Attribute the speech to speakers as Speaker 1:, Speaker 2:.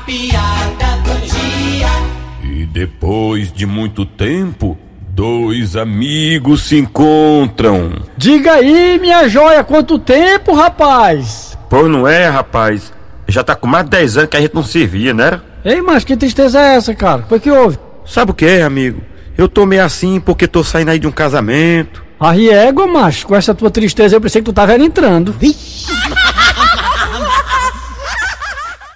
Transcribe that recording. Speaker 1: piada do dia.
Speaker 2: E depois de muito tempo, dois amigos se encontram.
Speaker 3: Diga aí, minha joia, quanto tempo, rapaz?
Speaker 4: Pô, não é, rapaz? Já tá com mais de 10 anos que a gente não se via, né?
Speaker 3: Ei, mas que tristeza é essa, cara? Foi que houve?
Speaker 4: Sabe o que, é, amigo? Eu tô meio assim porque tô saindo aí de um casamento.
Speaker 3: A riego, macho, com essa tua tristeza eu pensei que tu tava era entrando. Vixe.